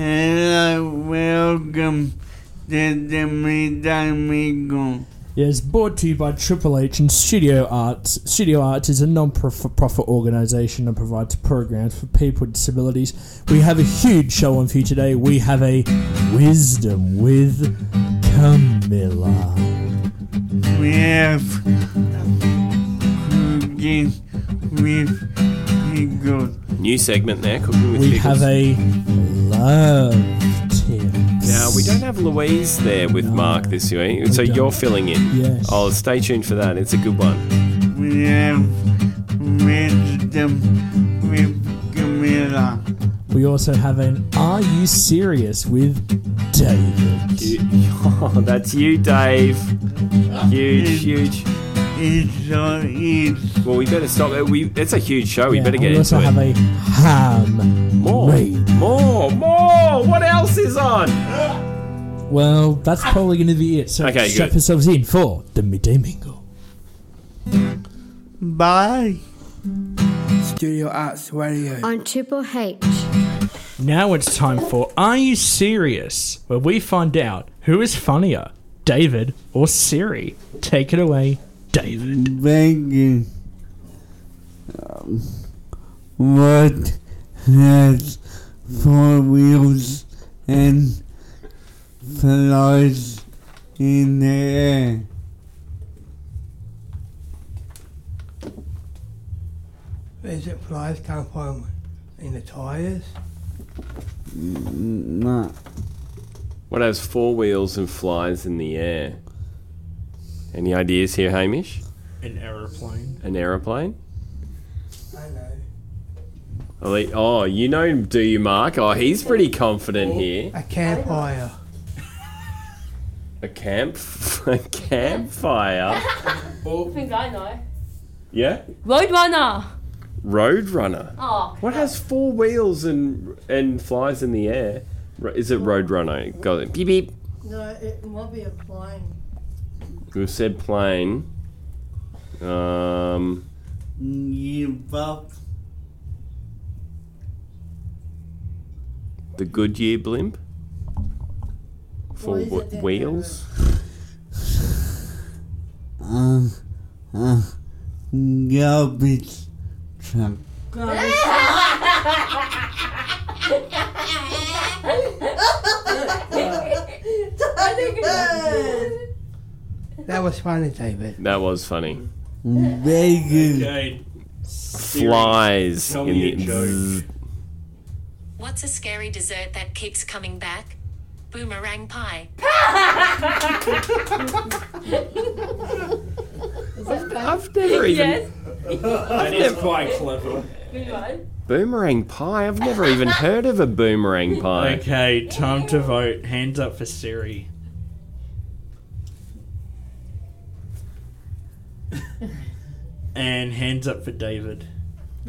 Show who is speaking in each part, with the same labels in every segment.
Speaker 1: Hello, welcome to the Midamigo.
Speaker 2: Yes, brought to you by Triple H and Studio Arts. Studio Arts is a non-profit organisation that provides programs for people with disabilities. We have a huge show on for you today. We have a Wisdom with Camilla.
Speaker 1: We have cookies with pickles.
Speaker 3: New segment there, cooking with
Speaker 2: We
Speaker 3: pickles.
Speaker 2: have a Love Tips.
Speaker 3: now we don't have Louise there with Mark this week, so
Speaker 2: don't.
Speaker 3: you're filling in.
Speaker 2: Yes.
Speaker 3: Oh, stay tuned for that. It's a good one.
Speaker 1: We have wisdom with Camilla.
Speaker 2: We also have an Are You Serious with David.
Speaker 3: Oh, that's you, Dave. Huge, huge.
Speaker 1: It's so it's
Speaker 3: Well, we better stop. it. We it's a huge show. We
Speaker 2: Yeah,
Speaker 3: better
Speaker 2: and
Speaker 3: get
Speaker 2: we also
Speaker 3: into it.
Speaker 2: have a ham.
Speaker 3: more,
Speaker 2: raid.
Speaker 3: more, more. What else is on?
Speaker 2: Well, that's probably going to be it. So
Speaker 3: Okay,
Speaker 2: strap
Speaker 3: good.
Speaker 2: yourselves in for the midday mingle.
Speaker 1: bye.
Speaker 4: Studio Arts Radio.
Speaker 5: on Triple H.
Speaker 2: Now it's time for Are You Serious? Where we find out who is funnier, David or Siri. Take it away, David.
Speaker 1: Thank you. Um, what has four wheels and flies in the air?
Speaker 4: Is it flies come from in the tyres?
Speaker 1: Nah.
Speaker 3: What has four wheels and flies in the air? Any ideas here, Hamish?
Speaker 2: An aeroplane.
Speaker 3: An aeroplane?
Speaker 4: I know.
Speaker 3: Oh, they- Oh, you know, do you, Mark? Oh, he's pretty confident
Speaker 6: Oh.
Speaker 3: here.
Speaker 4: A campfire.
Speaker 3: A camp, a campfire.
Speaker 7: I think I know.
Speaker 3: Yeah.
Speaker 7: Roadrunner.
Speaker 3: Roadrunner.
Speaker 7: Oh,
Speaker 3: What has four wheels and and flies in the air? Ro- Is it Roadrunner? Got it. Beep beep.
Speaker 6: No, it might be a plane.
Speaker 3: Who said plane? Um.
Speaker 1: Give up.
Speaker 3: The Goodyear blimp? For
Speaker 6: What is
Speaker 3: wh-
Speaker 6: it that
Speaker 3: wheels?
Speaker 1: Uh, uh, garbage truck.
Speaker 4: That was funny, David.
Speaker 3: That was funny.
Speaker 1: Thank you.
Speaker 3: Flies in the.
Speaker 8: What's a scary dessert that keeps coming back? Boomerang pie.
Speaker 3: I've never even.
Speaker 7: yes.
Speaker 3: I've never-
Speaker 7: Good one.
Speaker 3: boomerang pie? I've never even heard of a boomerang pie.
Speaker 9: Okay, time to vote. Hands up for Siri. and hands up for David.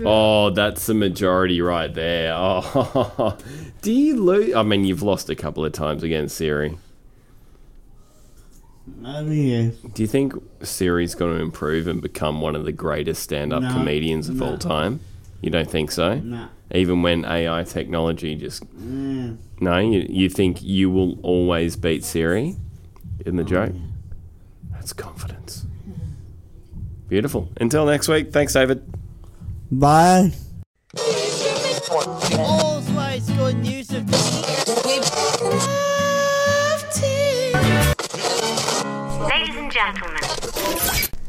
Speaker 3: Oh, that's the majority right there. Oh, do you lose? I mean, you've lost a couple of times against Siri.
Speaker 1: Oh, yes.
Speaker 3: Do you think Siri's going to improve and become one of the greatest stand-up
Speaker 1: No.
Speaker 3: comedians of all time? You don't think so?
Speaker 1: Nah.
Speaker 3: Even when AI technology just
Speaker 1: Mm.
Speaker 3: No, you, you think you will always beat Siri in the joke? That's confidence. Beautiful. Until next week, thanks, David.
Speaker 1: Bye.
Speaker 8: Ladies and gentlemen.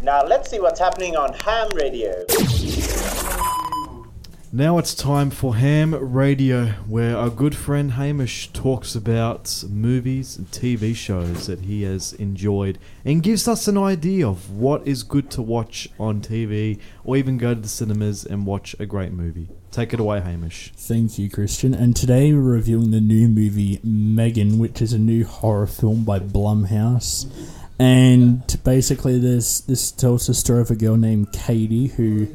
Speaker 10: Now let's see what's happening on Ham Radio.
Speaker 11: Now it's time for Ham Radio, where our good friend Hamish talks about movies and TV shows that he has enjoyed and gives us an idea of what is good to watch on TV or even go to the cinemas and watch a great movie. Take it away, Hamish.
Speaker 2: Thank you, Christian. And today we're reviewing the new movie Megan, which is a new horror film by Blumhouse. And basically, this this tells the story of a girl named Katie who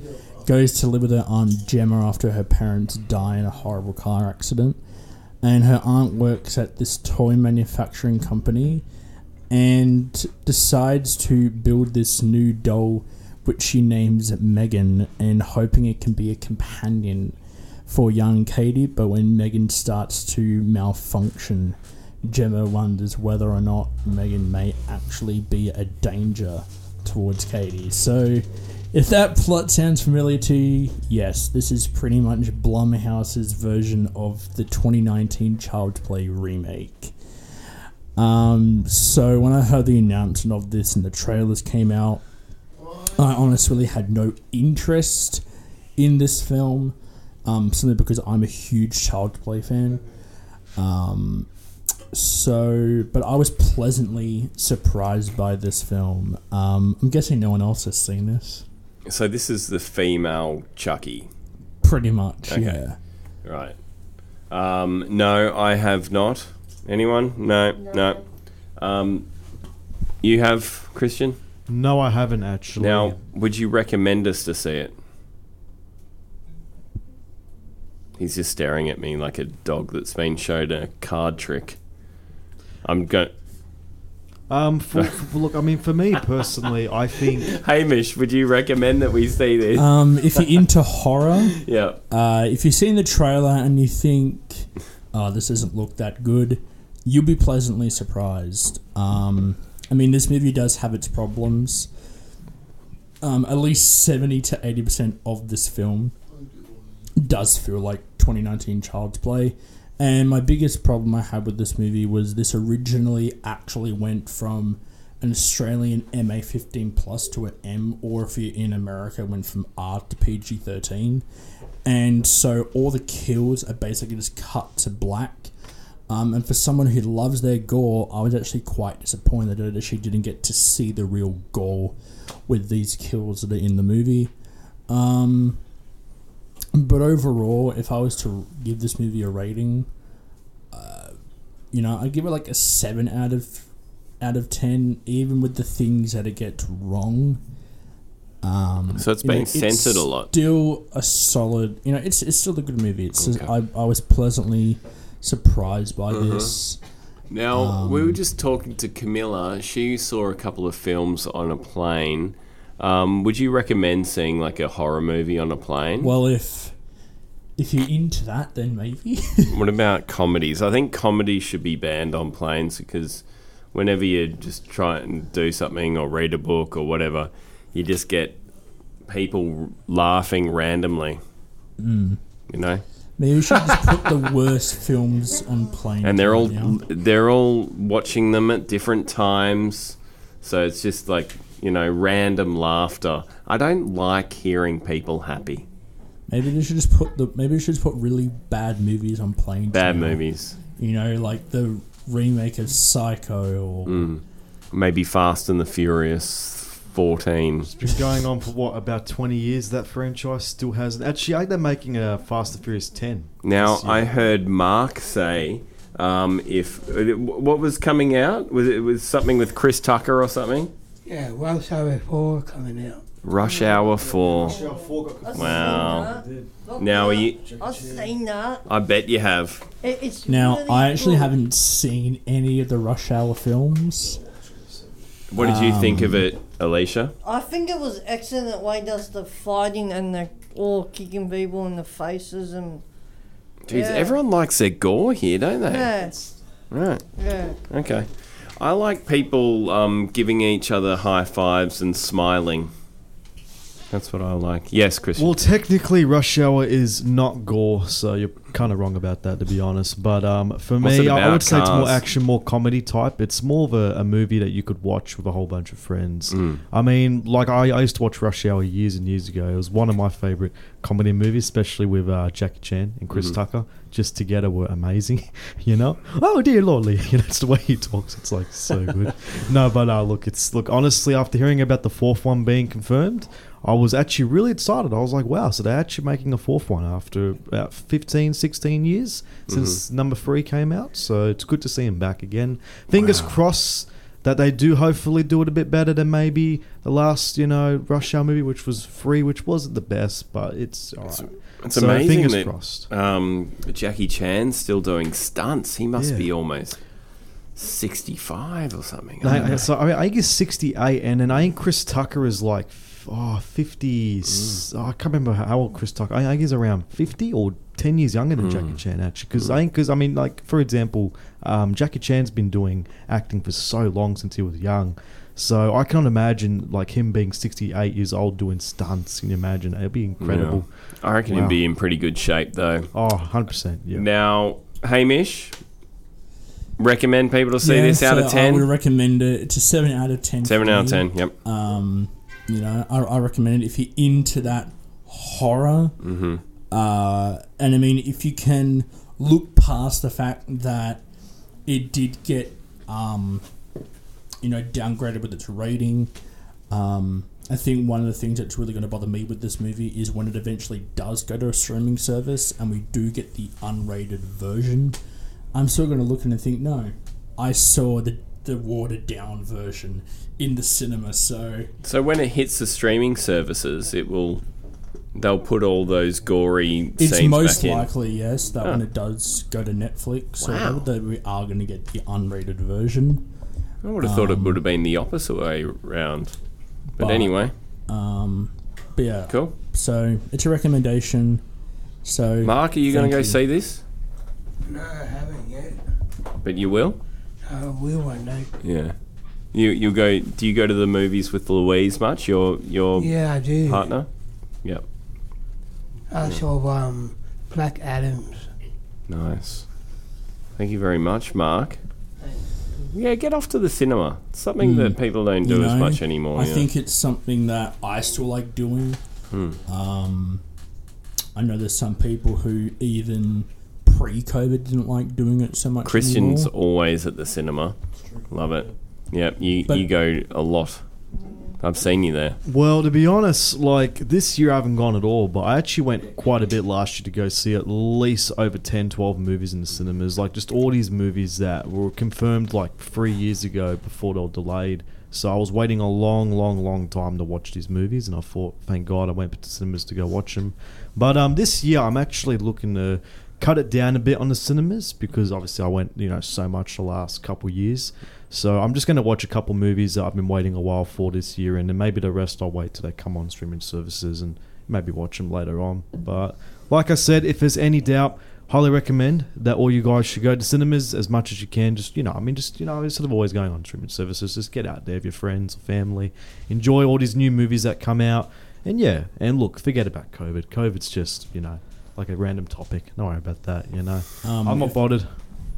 Speaker 2: goes to live with her aunt Gemma after her parents die in a horrible car accident. And her aunt works at this toy manufacturing company and decides to build this new doll, which she names Megan, and hoping it can be a companion for young Katie, but when Megan starts to malfunction, Gemma wonders whether or not Megan may actually be a danger towards Katie. So, if that plot sounds familiar to you, yes, this is pretty much Blumhouse's version of the 2019 Child Play remake. Um, so when I heard the announcement of this and the trailers came out, I honestly had no interest in this film, um, simply because I'm a huge Child Play fan. Um, so, but I was pleasantly surprised by this film. Um, I'm guessing no one else has seen this.
Speaker 3: So this is the female Chucky,
Speaker 2: Pretty much,
Speaker 3: Okay.
Speaker 2: yeah.
Speaker 3: right? Um, no, I have not. Anyone? No, no. Um, you have Christian.
Speaker 11: No, I haven't actually.
Speaker 3: Now, would you recommend us to see it? He's just staring at me like a dog that's been showed a card trick. I'm going.
Speaker 11: um, for, for- look, I mean, for me personally, I think
Speaker 3: Hamish, would you recommend that we see this?
Speaker 2: Um, if you're into horror,
Speaker 3: yeah.
Speaker 2: Uh, if you've seen the trailer and you think, oh, this doesn't look that good, you'll be pleasantly surprised. Um, I mean, this movie does have its problems. Um, at least 70 to 80% of this film does feel like 2019 Child's Play. And my biggest problem I had with this movie was this originally actually went from an Australian MA 15 plus to an M, or if you're in America, went from R to PG 13. And so all the kills are basically just cut to black. Um, and for someone who loves their gore, I was actually quite disappointed that she didn't get to see the real gore with these kills that are in the movie. Um, but overall, if I was to give this movie a rating, uh, you know, I'd give it like a seven out of out of ten, even with the things that it gets wrong. Um,
Speaker 3: So it's
Speaker 2: you know,
Speaker 3: been censored a lot.
Speaker 2: Still a solid, you know, it's it's still a good movie. It's just-
Speaker 3: Okay. Mm-hmm.
Speaker 2: I I was pleasantly surprised by this.
Speaker 3: Now, we were
Speaker 2: um,
Speaker 3: just talking to Camilla. She saw a couple of films on a plane. Um, would you recommend seeing like a horror movie on a plane?
Speaker 2: Well, if if you're into that, then maybe.
Speaker 3: What about comedies? I think comedies should be banned on planes because whenever you just try and do something or read a book or whatever, you just get people laughing randomly. You know,
Speaker 2: maybe we should just put the worst films on plane.
Speaker 3: and they're all
Speaker 2: now.
Speaker 3: they're all watching them at different times, so it's just like you know random laughter. I don't like hearing people happy.
Speaker 2: Maybe they should just put the maybe they should just put really bad movies on planes.
Speaker 3: Bad
Speaker 2: now.
Speaker 3: movies,
Speaker 2: You know, like the remake of Psycho or
Speaker 3: Mm. maybe Fast and the Furious fourteen.
Speaker 11: Been going on for what about twenty years? That franchise still hasn't. Actually, I think they're making a Fast and Furious ten.
Speaker 3: Now
Speaker 11: this year.
Speaker 3: I heard Mark say um, if what was coming out was it was something with Chris Tucker or something.
Speaker 4: Yeah, Welsh Hour 4 coming out.
Speaker 3: Rush Hour Four. Wow. Now are you,
Speaker 6: I've seen that.
Speaker 3: I bet you have.
Speaker 6: It, it's
Speaker 2: now
Speaker 6: really
Speaker 2: I actually
Speaker 6: good.
Speaker 2: haven't seen any of the Rush Hour films.
Speaker 3: What did you think of it, Alicia?
Speaker 6: I think it was excellent the way does the fighting and the all kicking people in the faces and
Speaker 3: Jeez,
Speaker 6: Yeah.
Speaker 3: everyone likes their gore here, don't they?
Speaker 6: yeah,
Speaker 3: Right.
Speaker 6: yeah.
Speaker 3: Okay. I like people um, giving each other high fives and smiling. That's what I like. Yes, Christian.
Speaker 11: Well, technically, Rush Hour is not gore, so you're kind of wrong about that, to be honest. But um, for
Speaker 3: What's it
Speaker 11: me, I I
Speaker 3: about,
Speaker 11: would say it's more
Speaker 3: cars?
Speaker 11: action, more comedy type. It's more of a, a movie that you could watch with a whole bunch of friends.
Speaker 3: Hmm.
Speaker 11: I mean, like I, I used to watch Rush Hour years and years ago. It was one of my favorite comedy movies, especially with uh, Jackie Chan and
Speaker 3: Mm-hmm.
Speaker 11: Chris Tucker. Just together were amazing, you know. Oh dear lordly, you know, it's the way he talks. It's like so good. no, but uh, look, it's look honestly after hearing about the fourth one being confirmed. I was actually really excited. I was like, wow, so they're actually making a fourth one after about 15, 16 years since
Speaker 3: Mm-hmm.
Speaker 11: number three came out. So it's good to see him back again. Fingers crossed that they do hopefully do it a bit better than maybe the last, you know, Rush Hour movie, which was free, which wasn't the best, but it's all right.
Speaker 3: It's
Speaker 11: So,
Speaker 3: amazing
Speaker 11: fingers
Speaker 3: that
Speaker 11: crossed.
Speaker 3: Um, Jackie Chan's still doing stunts. He must
Speaker 11: Yeah.
Speaker 3: be almost 65 or something. I don't
Speaker 11: I, I-
Speaker 3: know.
Speaker 11: so I, mean, I guess 68, and then I think Chris Tucker is like f- oh, 50. s- oh, I can't remember how old Chris Tucker. I, I think he's around 50 or 10 years younger than Jackie Chan actually. Because I think, because I mean, like for example, um, Jackie Chan's been doing acting for so long since he was young. So I can't imagine like him being 68 years old doing stunts. Can you imagine? It'd be incredible.
Speaker 3: I reckon
Speaker 11: Wow.
Speaker 3: he'd be in pretty good shape though.
Speaker 11: Oh, 100%. Yeah.
Speaker 3: Now, Hamish, recommend people to see
Speaker 2: Yeah,
Speaker 3: this out
Speaker 2: so
Speaker 3: of
Speaker 2: I would
Speaker 3: 10?
Speaker 2: recommend it. It's a seven out of ten.
Speaker 3: 7
Speaker 2: for
Speaker 3: out of
Speaker 2: me.
Speaker 3: 10, yep.
Speaker 2: Um, you know, I, I recommend it if you're into that horror.
Speaker 3: Mm-hmm.
Speaker 2: Uh, and I mean, if you can look past the fact that it did get, um, you know, downgraded with its rating, um, I think one of the things that's really going to bother me with this movie is when it eventually does go to a streaming service and we do get the unrated version. I'm still going to look and think, no, I saw the the watered down version in the cinema, so
Speaker 3: So when it hits the streaming services, it will they'll put all those gory
Speaker 2: It's
Speaker 3: scenes
Speaker 2: most
Speaker 3: back in.
Speaker 2: likely, yes, that
Speaker 3: Huh.
Speaker 2: when it does go to Netflix, or
Speaker 3: Wow.
Speaker 2: whatever, that we are going to get the unrated version.
Speaker 3: I would have thought it
Speaker 2: Um,
Speaker 3: would have been the opposite way round. But,
Speaker 2: but-
Speaker 3: anyway,
Speaker 2: Um, but yeah,
Speaker 3: cool.
Speaker 2: so it's a recommendation. So
Speaker 3: Mark, are you going
Speaker 2: thank
Speaker 3: to go
Speaker 2: you.
Speaker 3: see this?
Speaker 4: No, I haven't yet.
Speaker 3: But you will.
Speaker 4: I will one day.
Speaker 3: Yeah. You you go? Do you go to the movies with Louise much? Your your
Speaker 4: Yeah, I do.
Speaker 3: partner?
Speaker 4: I saw um, Black Adams.
Speaker 3: Nice. Thank you very much, Mark. Yeah, get off to the cinema. It's something
Speaker 2: Mm.
Speaker 3: that people don't do
Speaker 2: You
Speaker 3: as
Speaker 2: know,
Speaker 3: much anymore.
Speaker 2: I
Speaker 3: yeah. Hmm.
Speaker 2: think it's something that I still like doing. Um, I know there's some people who even pre-COVID didn't like doing it so much.
Speaker 3: Christian's
Speaker 2: anymore.
Speaker 3: always at the cinema. Love it. Yep, you
Speaker 2: But-
Speaker 3: you go a lot. I've seen you there.
Speaker 11: Well, to be honest, like this year I haven't gone at all, but I actually went quite a bit last year to go see at least over 10, 12 movies in the cinemas. Like just all these movies that were confirmed like three years ago before they were delayed. So I was waiting a long, long, long time to watch these movies, and I thought, thank God I went to cinemas to go watch them. But um, this year I'm actually looking to cut it down a bit on the cinemas because obviously I went, you know, so much the last couple years. So I'm just going to watch a couple movies that I've been waiting a while for this year, and then maybe the rest I'll wait till they come on streaming services and maybe watch them later on. But like I said, if there's any doubt, highly recommend that all you guys should go to cinemas as much as you can. Just you know, I mean, just you know, instead of always going on streaming services, just get out there with your friends or family, enjoy all these new movies that come out, and yeah, and look, forget about COVID. COVID's just you know. Like a random topic. Don't worry about that, you know.
Speaker 2: Um,
Speaker 11: I'm not
Speaker 2: if-
Speaker 11: bothered.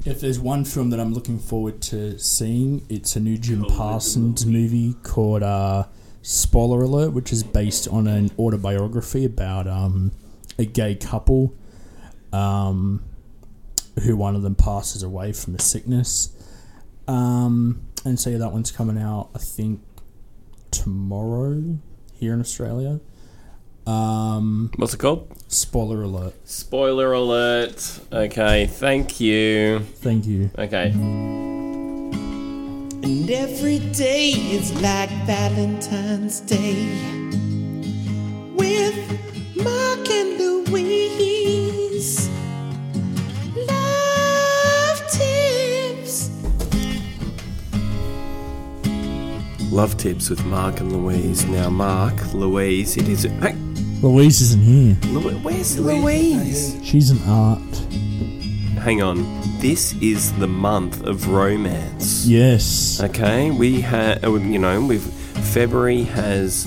Speaker 2: If there's one film that I'm looking forward to seeing, it's a new Jim Parsons movie called uh, Spoiler Alert, which is based on an autobiography about um, a gay couple um, who one of them passes away from a sickness. Um, and so yeah, that one's coming out, I think, tomorrow here in Australia. Um,
Speaker 3: What's it called?
Speaker 2: spoiler alert.
Speaker 3: Spoiler alert. Okay, thank you.
Speaker 2: Thank you.
Speaker 3: Okay.
Speaker 5: And every day is like Valentine's Day with Mark and Louise. Love tips.
Speaker 3: Love tips with Mark and Louise. Now, Mark, Louise, it is. Hey,
Speaker 2: Louise isn't here.
Speaker 3: Lou- where's Louise?
Speaker 2: She's an art.
Speaker 3: Hang on. This is the month of romance.
Speaker 2: Yes.
Speaker 3: Okay, we have, you know, we've February has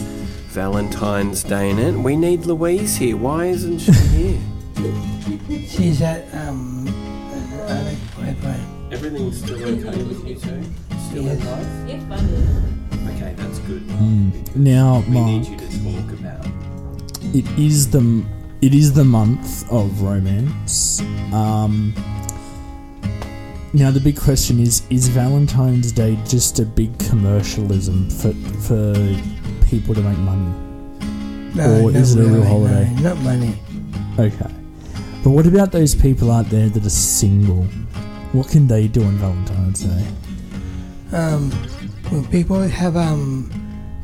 Speaker 3: Valentine's Day in it. We need Louise here. Why isn't she here?
Speaker 4: She's at um, an other boyfriend.
Speaker 3: Everything's still okay with you two? Still
Speaker 4: in
Speaker 3: life?
Speaker 7: It's funny.
Speaker 3: Okay, that's good.
Speaker 2: Now, Mark,
Speaker 3: you to talk about.
Speaker 2: it is the it is the month of romance. Um, now, the big question is: Is Valentine's Day just a big commercialism for for people to make money? Or is it a real holiday?
Speaker 4: No, not money.
Speaker 2: Okay, but what about those people out there that are single? What can they do on Valentine's Day?
Speaker 4: Um, when people have um,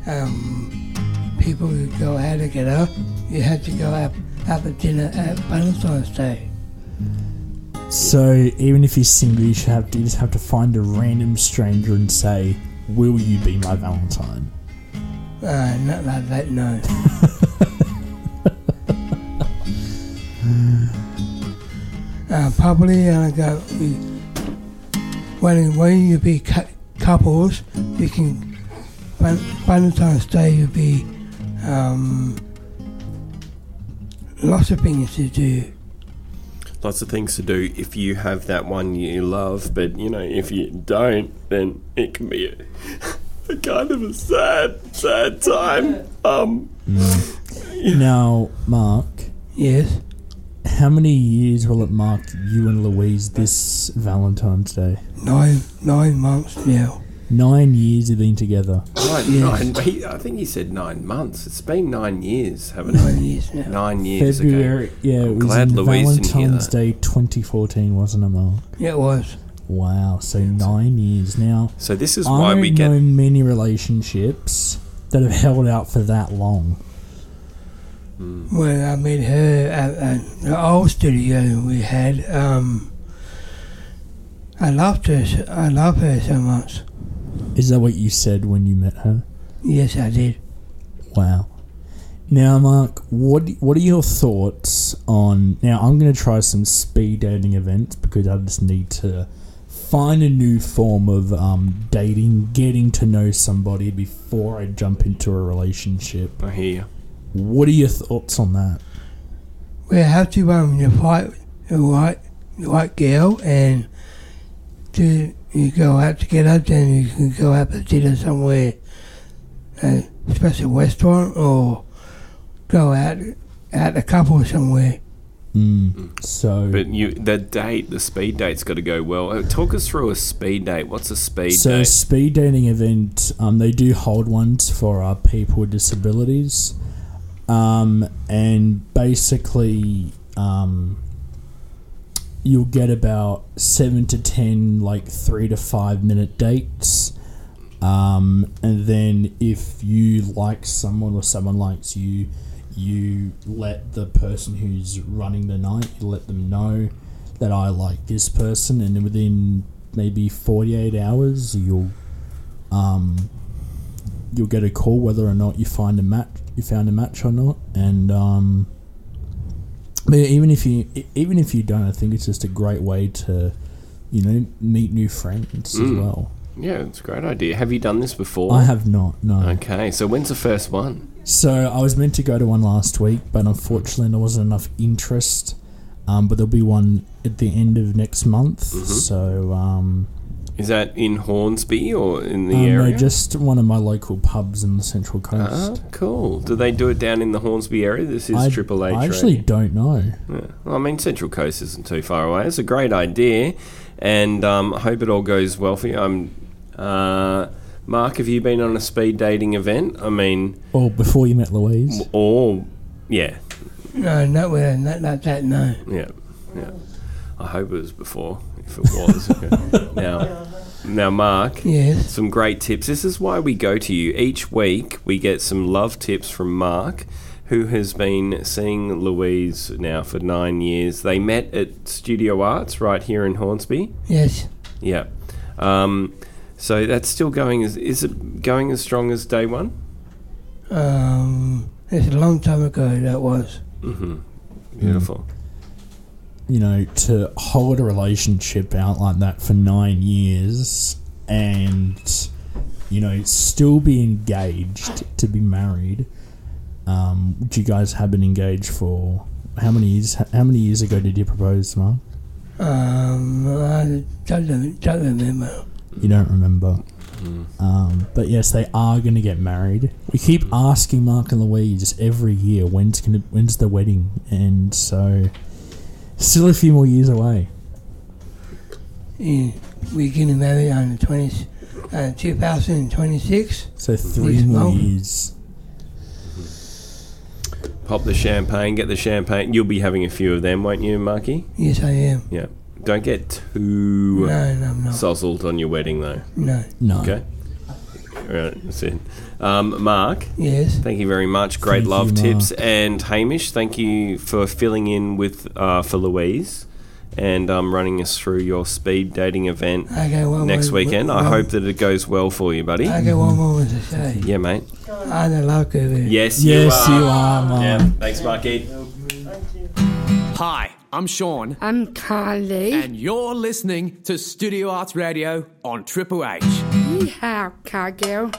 Speaker 4: um, people who go out to get up, you have to go up have a dinner at Valentine's Day.
Speaker 2: So even if he's single, you should have to, you just have to find a random stranger and say, "Will you be my Valentine?"
Speaker 4: Uh, not like that, no. uh, probably uh, go with- when when you be cou- couples, you can Val- Valentine's Day you be um, lots of things to do.
Speaker 3: Lots of things to do if you have that one you love, but you know, if you don't, then it can be a, a kind of a sad, sad time. Um,
Speaker 2: Now, Mark.
Speaker 4: Yes.
Speaker 2: How many years will it mark you and Louise this Valentine's Day?
Speaker 4: Nine nine months now.
Speaker 2: Nine years you've been together.
Speaker 3: Nine,
Speaker 4: Yes.
Speaker 3: nine, he, I think he said nine months. It's been nine years, haven't it? Nine
Speaker 4: years now.
Speaker 3: Nine years. okay.
Speaker 2: February. Yeah, it
Speaker 3: I'm
Speaker 2: was
Speaker 3: glad
Speaker 2: in
Speaker 3: Louise didn't hear
Speaker 2: Valentine's
Speaker 3: that.
Speaker 2: Day 2014, wasn't it, Mark?
Speaker 4: Yeah, it was.
Speaker 2: Wow, so nine years now.
Speaker 3: So this is why we
Speaker 2: I've
Speaker 3: get-
Speaker 2: known many relationships that have held out for that long.
Speaker 4: When I met her at, at the old studio we had, um, I loved her. so- I love her so much.
Speaker 2: Is that what you said when you met her?
Speaker 4: Yes, I did.
Speaker 2: Wow. Now, Mark, what what are your thoughts on? Now, I'm going to try some speed dating events because I just need to find a new form of um, dating, getting to know somebody before I jump into a relationship.
Speaker 3: I hear you.
Speaker 2: What are your thoughts on that?
Speaker 4: We have to um, you fight the white, the white girl and to you go out together. Then you can go out to dinner somewhere, a special restaurant, or go out out a couple somewhere.
Speaker 2: Mm. So,
Speaker 3: But you, that date, the speed date's got to go well. Uh, Talk us through a speed date. What's a speed
Speaker 2: so
Speaker 3: date?
Speaker 2: speed dating event. Um, they do hold ones for uh, people with disabilities, um, and basically, um, you'll get about seven to ten, like three to five minute dates. Um, and then if you like someone or someone likes you, you let the person who's running the night, you let them know that I like this person, and then within maybe 48 hours, you'll um, you'll get a call whether or not you find a match, you found a match or not, and um, but even if you e- even if you don't, I think it's just a great way to you know meet new friends as
Speaker 3: Mm.
Speaker 2: well.
Speaker 3: Yeah, it's a great idea. Have you done this before?
Speaker 2: I have not, no.
Speaker 3: Okay, so when's the first one?
Speaker 2: So I was meant to go to one last week, but unfortunately there wasn't enough interest. Um, but there'll be one at the end of next month.
Speaker 3: Mhm.
Speaker 2: So um,
Speaker 3: Is that in Hornsby or in the
Speaker 2: um, no,
Speaker 3: area?
Speaker 2: just one of my local pubs in the Central Coast.
Speaker 3: Ah, cool. Do they do it down in the Hornsby area? This Ah, is
Speaker 2: I,
Speaker 3: Triple H.
Speaker 2: I actually
Speaker 3: radio.
Speaker 2: don't know.
Speaker 3: Yeah. Well, I mean, Central Coast isn't too far away. It's a great idea, and um, I hope it all goes well for you. I'm, uh, Mark, have you been on a speed dating event? I mean,
Speaker 2: Well, before you met Louise,
Speaker 3: or yeah,
Speaker 4: No, not with not like that. No.
Speaker 3: yeah, yeah. I hope it was before. If it was, okay. now, now, Mark,
Speaker 4: Yes.
Speaker 3: some great tips. This is why we go to you each week. We get some love tips from Mark. Who has been seeing Louise now for nine years? They met at Studio Arts right here in Hornsby.
Speaker 4: Yes.
Speaker 3: Yeah. Um, so that's still going as is it going as strong as day one?
Speaker 4: Um, it's a long time ago that was.
Speaker 3: Mm-hmm. Beautiful.
Speaker 2: you know, to hold a relationship out like that for nine years and, you know, still be engaged to be married. Um, do you guys have been engaged for how many years? How many years ago did you propose, Mark?
Speaker 4: Um, I don't, rem- don't remember.
Speaker 2: You don't remember. Um, but yes, they are going to get married. We keep asking Mark and Louise every year when's gonna when's the wedding, and so still a few more years away.
Speaker 4: Yeah, we're getting married on the 20, uh, 2026.
Speaker 2: So three
Speaker 4: Yes,
Speaker 2: more
Speaker 4: well.
Speaker 2: years.
Speaker 3: Pop the champagne, get the champagne. You'll be having a few of them, won't you, Marky?
Speaker 4: Yes, I am.
Speaker 3: Yeah. Don't get too
Speaker 4: No, no, I'm not.
Speaker 3: sozzled on your wedding though.
Speaker 4: No.
Speaker 2: No.
Speaker 3: Okay. Right, that's it. Um, Mark.
Speaker 4: Yes.
Speaker 3: Thank you very much. Great
Speaker 2: Thank
Speaker 3: love
Speaker 2: you,
Speaker 3: tips and Hamish. Thank you for filling in with uh, for Louise and um, running us through your speed dating event
Speaker 2: Oh,
Speaker 4: Okay, well,
Speaker 3: next
Speaker 4: well,
Speaker 3: weekend. I
Speaker 4: well-
Speaker 3: hope that it goes well for you, buddy.
Speaker 4: I got one more to say.
Speaker 3: Yeah, mate.
Speaker 4: I'm the local there.
Speaker 3: Yes,
Speaker 2: Yes,
Speaker 3: you are.
Speaker 2: you are, Mum.
Speaker 3: Yeah, thanks, Marky.
Speaker 12: Hi, I'm Sean.
Speaker 13: I'm Carly.
Speaker 12: And you're listening to Studio Arts Radio on Triple H.
Speaker 13: Yeehaw, cowgirl.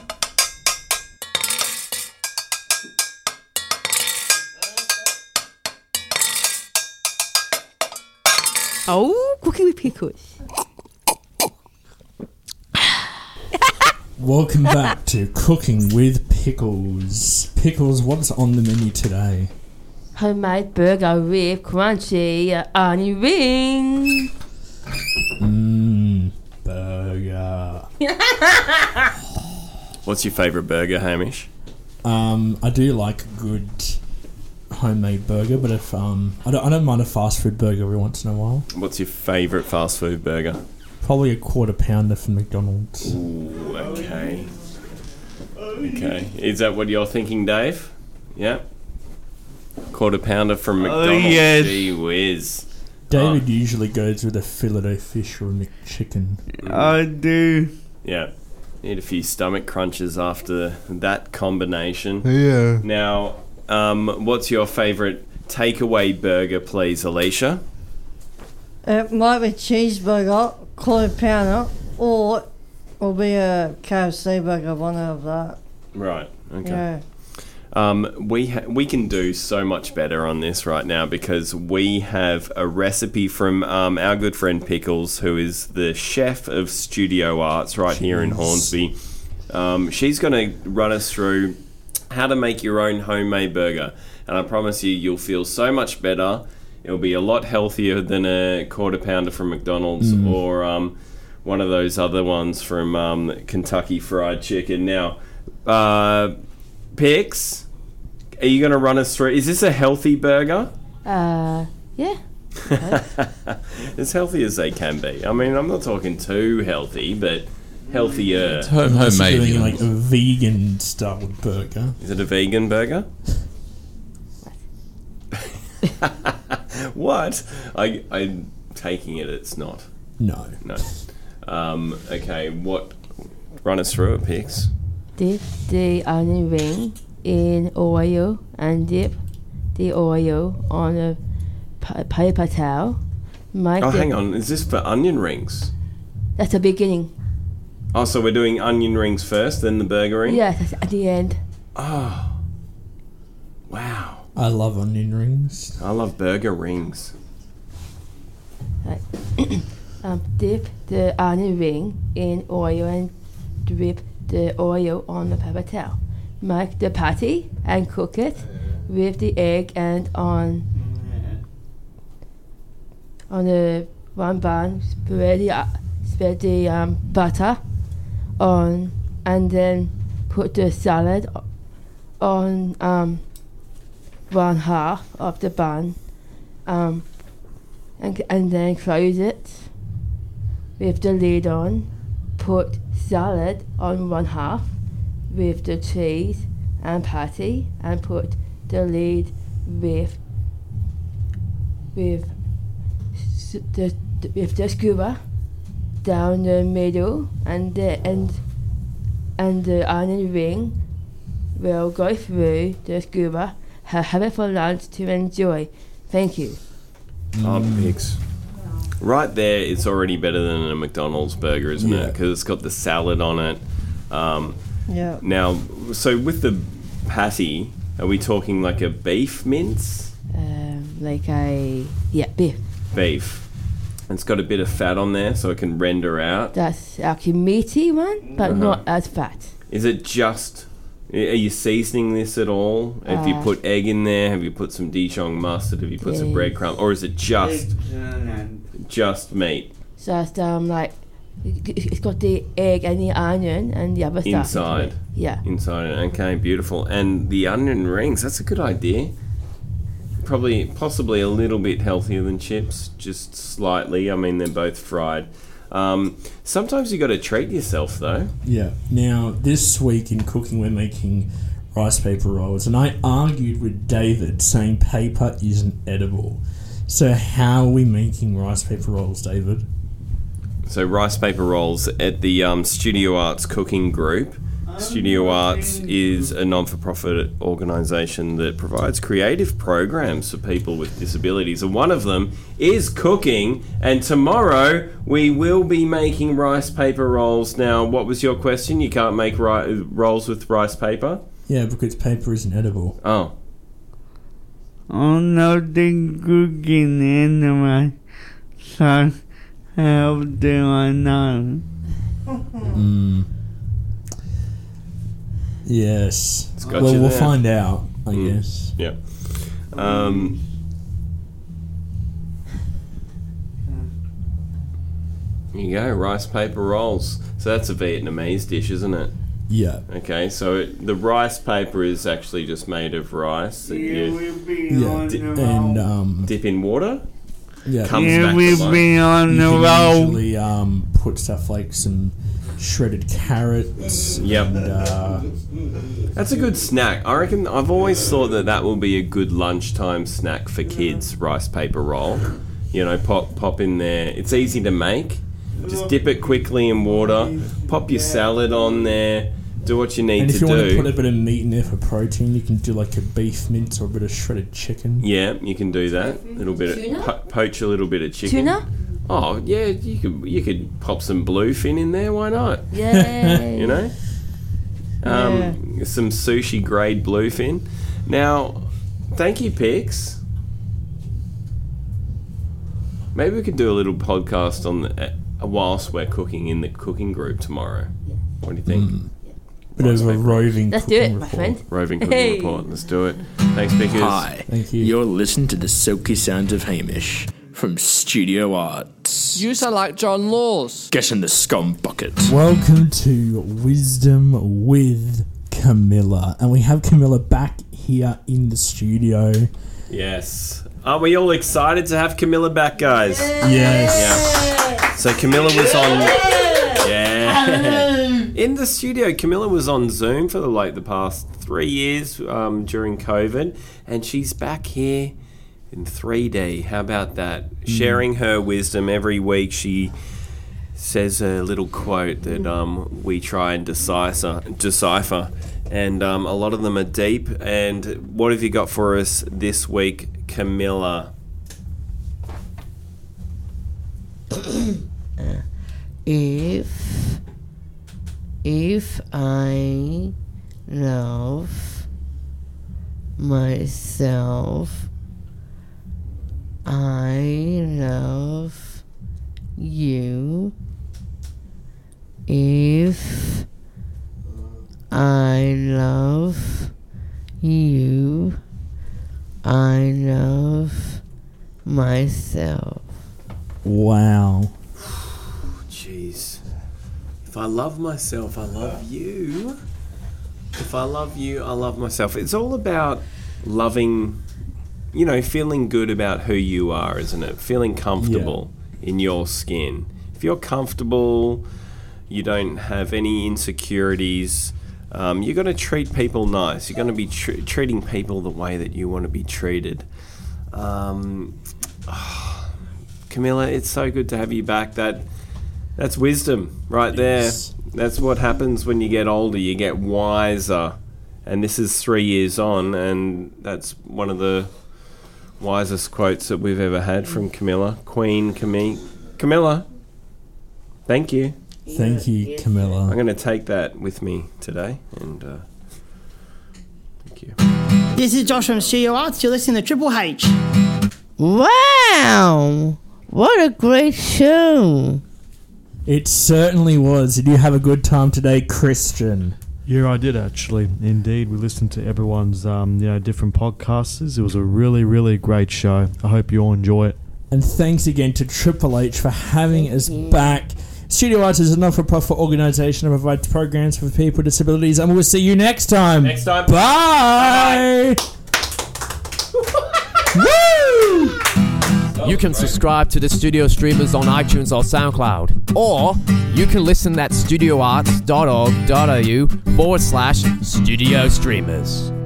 Speaker 14: Oh, cooking with pickles.
Speaker 2: Welcome back to Cooking with Pickles. Pickles, what's on the menu today?
Speaker 7: Homemade burger with crunchy uh, onion ring.
Speaker 2: Mmm, burger.
Speaker 3: What's your favourite burger, Hamish?
Speaker 2: Um, I do like a good homemade burger, but if um, I don't, I don't mind a fast food burger every once in a while.
Speaker 3: What's your favourite fast food burger?
Speaker 2: Probably a quarter pounder from McDonald's.
Speaker 3: Oh. Ooh, okay. Okay. Is that what you're thinking, Dave? Yeah. Quarter pounder from McDonald's.
Speaker 2: yes.
Speaker 3: Gee whiz.
Speaker 2: David usually goes with a fillet of fish or a McChicken.
Speaker 3: I do. Yeah. Need a few stomach crunches after that combination.
Speaker 2: Yeah.
Speaker 3: Now, um, what's your favourite takeaway burger, please, Alicia?
Speaker 6: It might be cheeseburger, quarter pounder, or it'll be a KFC burger, one of that.
Speaker 3: Right. Okay.
Speaker 6: Yeah.
Speaker 3: Um, we ha- we can do so much better on this right now because we have a recipe from um, our good friend Pickles, who is the chef of Studio Arts right here in
Speaker 15: Jeez.
Speaker 3: Hornsby. Um, she's going to run us through how to make your own homemade burger, and I promise you, you'll feel so much better. It'll be a lot healthier than a quarter pounder from McDonald's
Speaker 15: Mm.
Speaker 3: or um, one of those other ones from um, Kentucky Fried Chicken. Now, uh, Pix, are you going to run us through? Is this a healthy burger?
Speaker 7: Uh, yeah.
Speaker 3: as healthy as they can be. I mean, I'm not talking too healthy, but healthier.
Speaker 2: Unless you're doing, like a vegan style burger.
Speaker 3: Is it a vegan burger? what? I, I'm taking it it's not.
Speaker 2: No.
Speaker 3: No. Um, okay, what? Run us through it, Pix.
Speaker 7: Dip the onion ring in oil and dip the oil on a pa- paper towel. Make
Speaker 3: Oh,
Speaker 7: the-
Speaker 3: hang on. Is this for onion rings?
Speaker 7: That's the beginning.
Speaker 3: Oh, so we're doing onion rings first, then the burger ring?
Speaker 7: Yes, that's at the end.
Speaker 3: Oh,
Speaker 2: I love onion rings.
Speaker 3: I love burger rings.
Speaker 7: Right. um, dip the onion ring in oil and drip the oil on the paper towel. Make the patty and cook it with the egg and on on a one bun. Spread the uh, spread the um, butter on, and then put the salad o- on um, one half of the bun. Um, and, and then close it with the lid on. Put salad on one half with the cheese and patty, and put the lid with with s- the with the skewer down the middle, and the and and uh, the onion ring will go through the skewer. Ha- Have it for lunch to enjoy. Thank you.
Speaker 3: Oh,
Speaker 7: Mm.
Speaker 3: Pix. Right there, it's already better than a McDonald's burger, isn't it? it? Because it's got the salad on it. Um,
Speaker 6: Yeah.
Speaker 3: Now, so with the patty, are we talking like a beef mince?
Speaker 7: Um, like a yeah beef.
Speaker 3: Beef. It's got a bit of fat on there, so it can render out.
Speaker 7: That's like a meaty one, but
Speaker 3: Uh-huh.
Speaker 7: not as fat.
Speaker 3: Is it just? Are you seasoning this at all? Have you
Speaker 7: Uh,
Speaker 3: put egg in there? Have you put some Dijon mustard? Have you put some
Speaker 7: Yes.
Speaker 3: breadcrumb? Or is it just just meat
Speaker 7: So it's um like it's got the egg and the onion and the other stuff.
Speaker 3: inside?
Speaker 7: Yeah.
Speaker 3: inside. it. Okay, beautiful. And the onion rings. That's a good idea. Probably, possibly a little bit healthier than chips, just slightly. I mean, they're both fried. Um, sometimes you got to treat yourself though.
Speaker 2: Yeah. Now, this week in cooking, we're making rice paper rolls, and I argued with David saying paper isn't edible. So how are we making rice paper rolls, David?
Speaker 3: So rice paper rolls at the um, Studio Arts Cooking Group. Studio Arts is a non-for-profit organisation that provides creative programs for people with disabilities, and one of them is cooking. And tomorrow we will be making rice paper rolls. Now, what was your question? You can't make ri- rolls with rice paper.
Speaker 2: Yeah, because paper isn't edible.
Speaker 3: Oh,
Speaker 1: Oh no, they cooking anyway. So how do I know?
Speaker 2: Mm. Yes.
Speaker 3: got
Speaker 2: well,
Speaker 3: you
Speaker 2: we'll
Speaker 3: there.
Speaker 2: find out, I
Speaker 3: Mm.
Speaker 2: guess.
Speaker 3: Yeah. Um, there you go, rice paper rolls. So that's a Vietnamese dish, isn't it?
Speaker 2: Yeah.
Speaker 3: Okay, so it, the rice paper is actually just made of rice that you
Speaker 2: Yeah.
Speaker 3: di-
Speaker 2: and um,
Speaker 3: dip in water.
Speaker 2: yeah,
Speaker 3: Comes back alone.
Speaker 2: you can
Speaker 1: roll.
Speaker 2: Usually, um, put stuff like some shredded carrots.
Speaker 3: Yep.
Speaker 2: And, uh,
Speaker 3: That's a good snack. I reckon I've always thought that that will be a good lunchtime snack for kids. Rice paper roll, you know, pop pop in there. It's easy to make. Just dip it quickly in water. Pop your salad on there. Do what you need
Speaker 2: and
Speaker 3: to
Speaker 2: if you
Speaker 3: do.
Speaker 2: want to put a bit of meat in there for protein, you can do like a beef mince or a bit of shredded chicken.
Speaker 3: yeah, you can do that. A little bit
Speaker 7: Tuna?
Speaker 3: of po- poach a little bit of chicken.
Speaker 7: Tuna?
Speaker 3: Oh yeah, you could you could pop some bluefin in there. Why not?
Speaker 7: Yay.
Speaker 3: you know, um, some sushi grade bluefin. Now, thank you, Pix. Maybe we could do a little podcast on the, uh, whilst we're cooking in the cooking group tomorrow. What do you think?
Speaker 2: Bit of a roving.
Speaker 7: Let's do it,
Speaker 2: cooking
Speaker 7: my
Speaker 2: report.
Speaker 7: friend.
Speaker 3: Roving cooking
Speaker 7: Hey.
Speaker 3: report. Let's do it. Thanks, Pickers.
Speaker 15: Hi.
Speaker 2: Thank you.
Speaker 15: You're listening to the silky sounds of Hamish from Studio Arts.
Speaker 12: You sound like John Laws.
Speaker 15: Get in the scum bucket.
Speaker 2: Welcome to Wisdom with Camilla, and we have Camilla back here in the studio.
Speaker 3: Yes. Are we all excited to have Camilla back, guys?
Speaker 2: Yes.
Speaker 3: Yeah. So Camilla was on. Yeah. In the studio, Camilla was on Zoom for the, like the past three years um, during COVID, and she's back here in 3D. How about that? Sharing her wisdom every week. She says a little quote that um, we try and decipher, decipher, and um, a lot of them are deep. And what have you got for us this week, Camilla?
Speaker 16: if if I love myself, I love you. If I love you, I love myself.
Speaker 2: Wow.
Speaker 3: Jeez. If I love myself, I love you. If I love you, I love myself. It's all about loving, you know, feeling good about who you are, isn't it? Feeling comfortable in your skin. If you're comfortable, you don't have any insecurities. Um, you're going to treat people nice. You're going to be tr- treating people the way that you want to be treated. Um, Camilla, it's so good to have you back. That that's wisdom right there. That's what happens when you get older. You get wiser, and this is three years on, and that's one of the wisest quotes that we've ever had from Camilla, Queen Camille. Camilla, thank you.
Speaker 2: Thank you, Camilla.
Speaker 3: I'm going to take that with me today, and uh,
Speaker 17: This is Josh from Studio Arts. You're listening to Triple H.
Speaker 16: Wow! What a great show!
Speaker 2: It certainly was. Did you have a good time today, Christian?
Speaker 11: Yeah, I did actually. Indeed, we listened to everyone's um, you know different podcasts. It was a really really great show. I hope you all enjoy it.
Speaker 2: And thanks again to Triple H for having us back. Studio Arts is a non for profit organisation that provides programs for people with disabilities, and we'll see you next time. Next
Speaker 3: time.
Speaker 2: Bye. Woo!
Speaker 12: You can subscribe to the studio streamers on iTunes or SoundCloud. Or you can listen at studioarts.org.au forward slash studio streamers.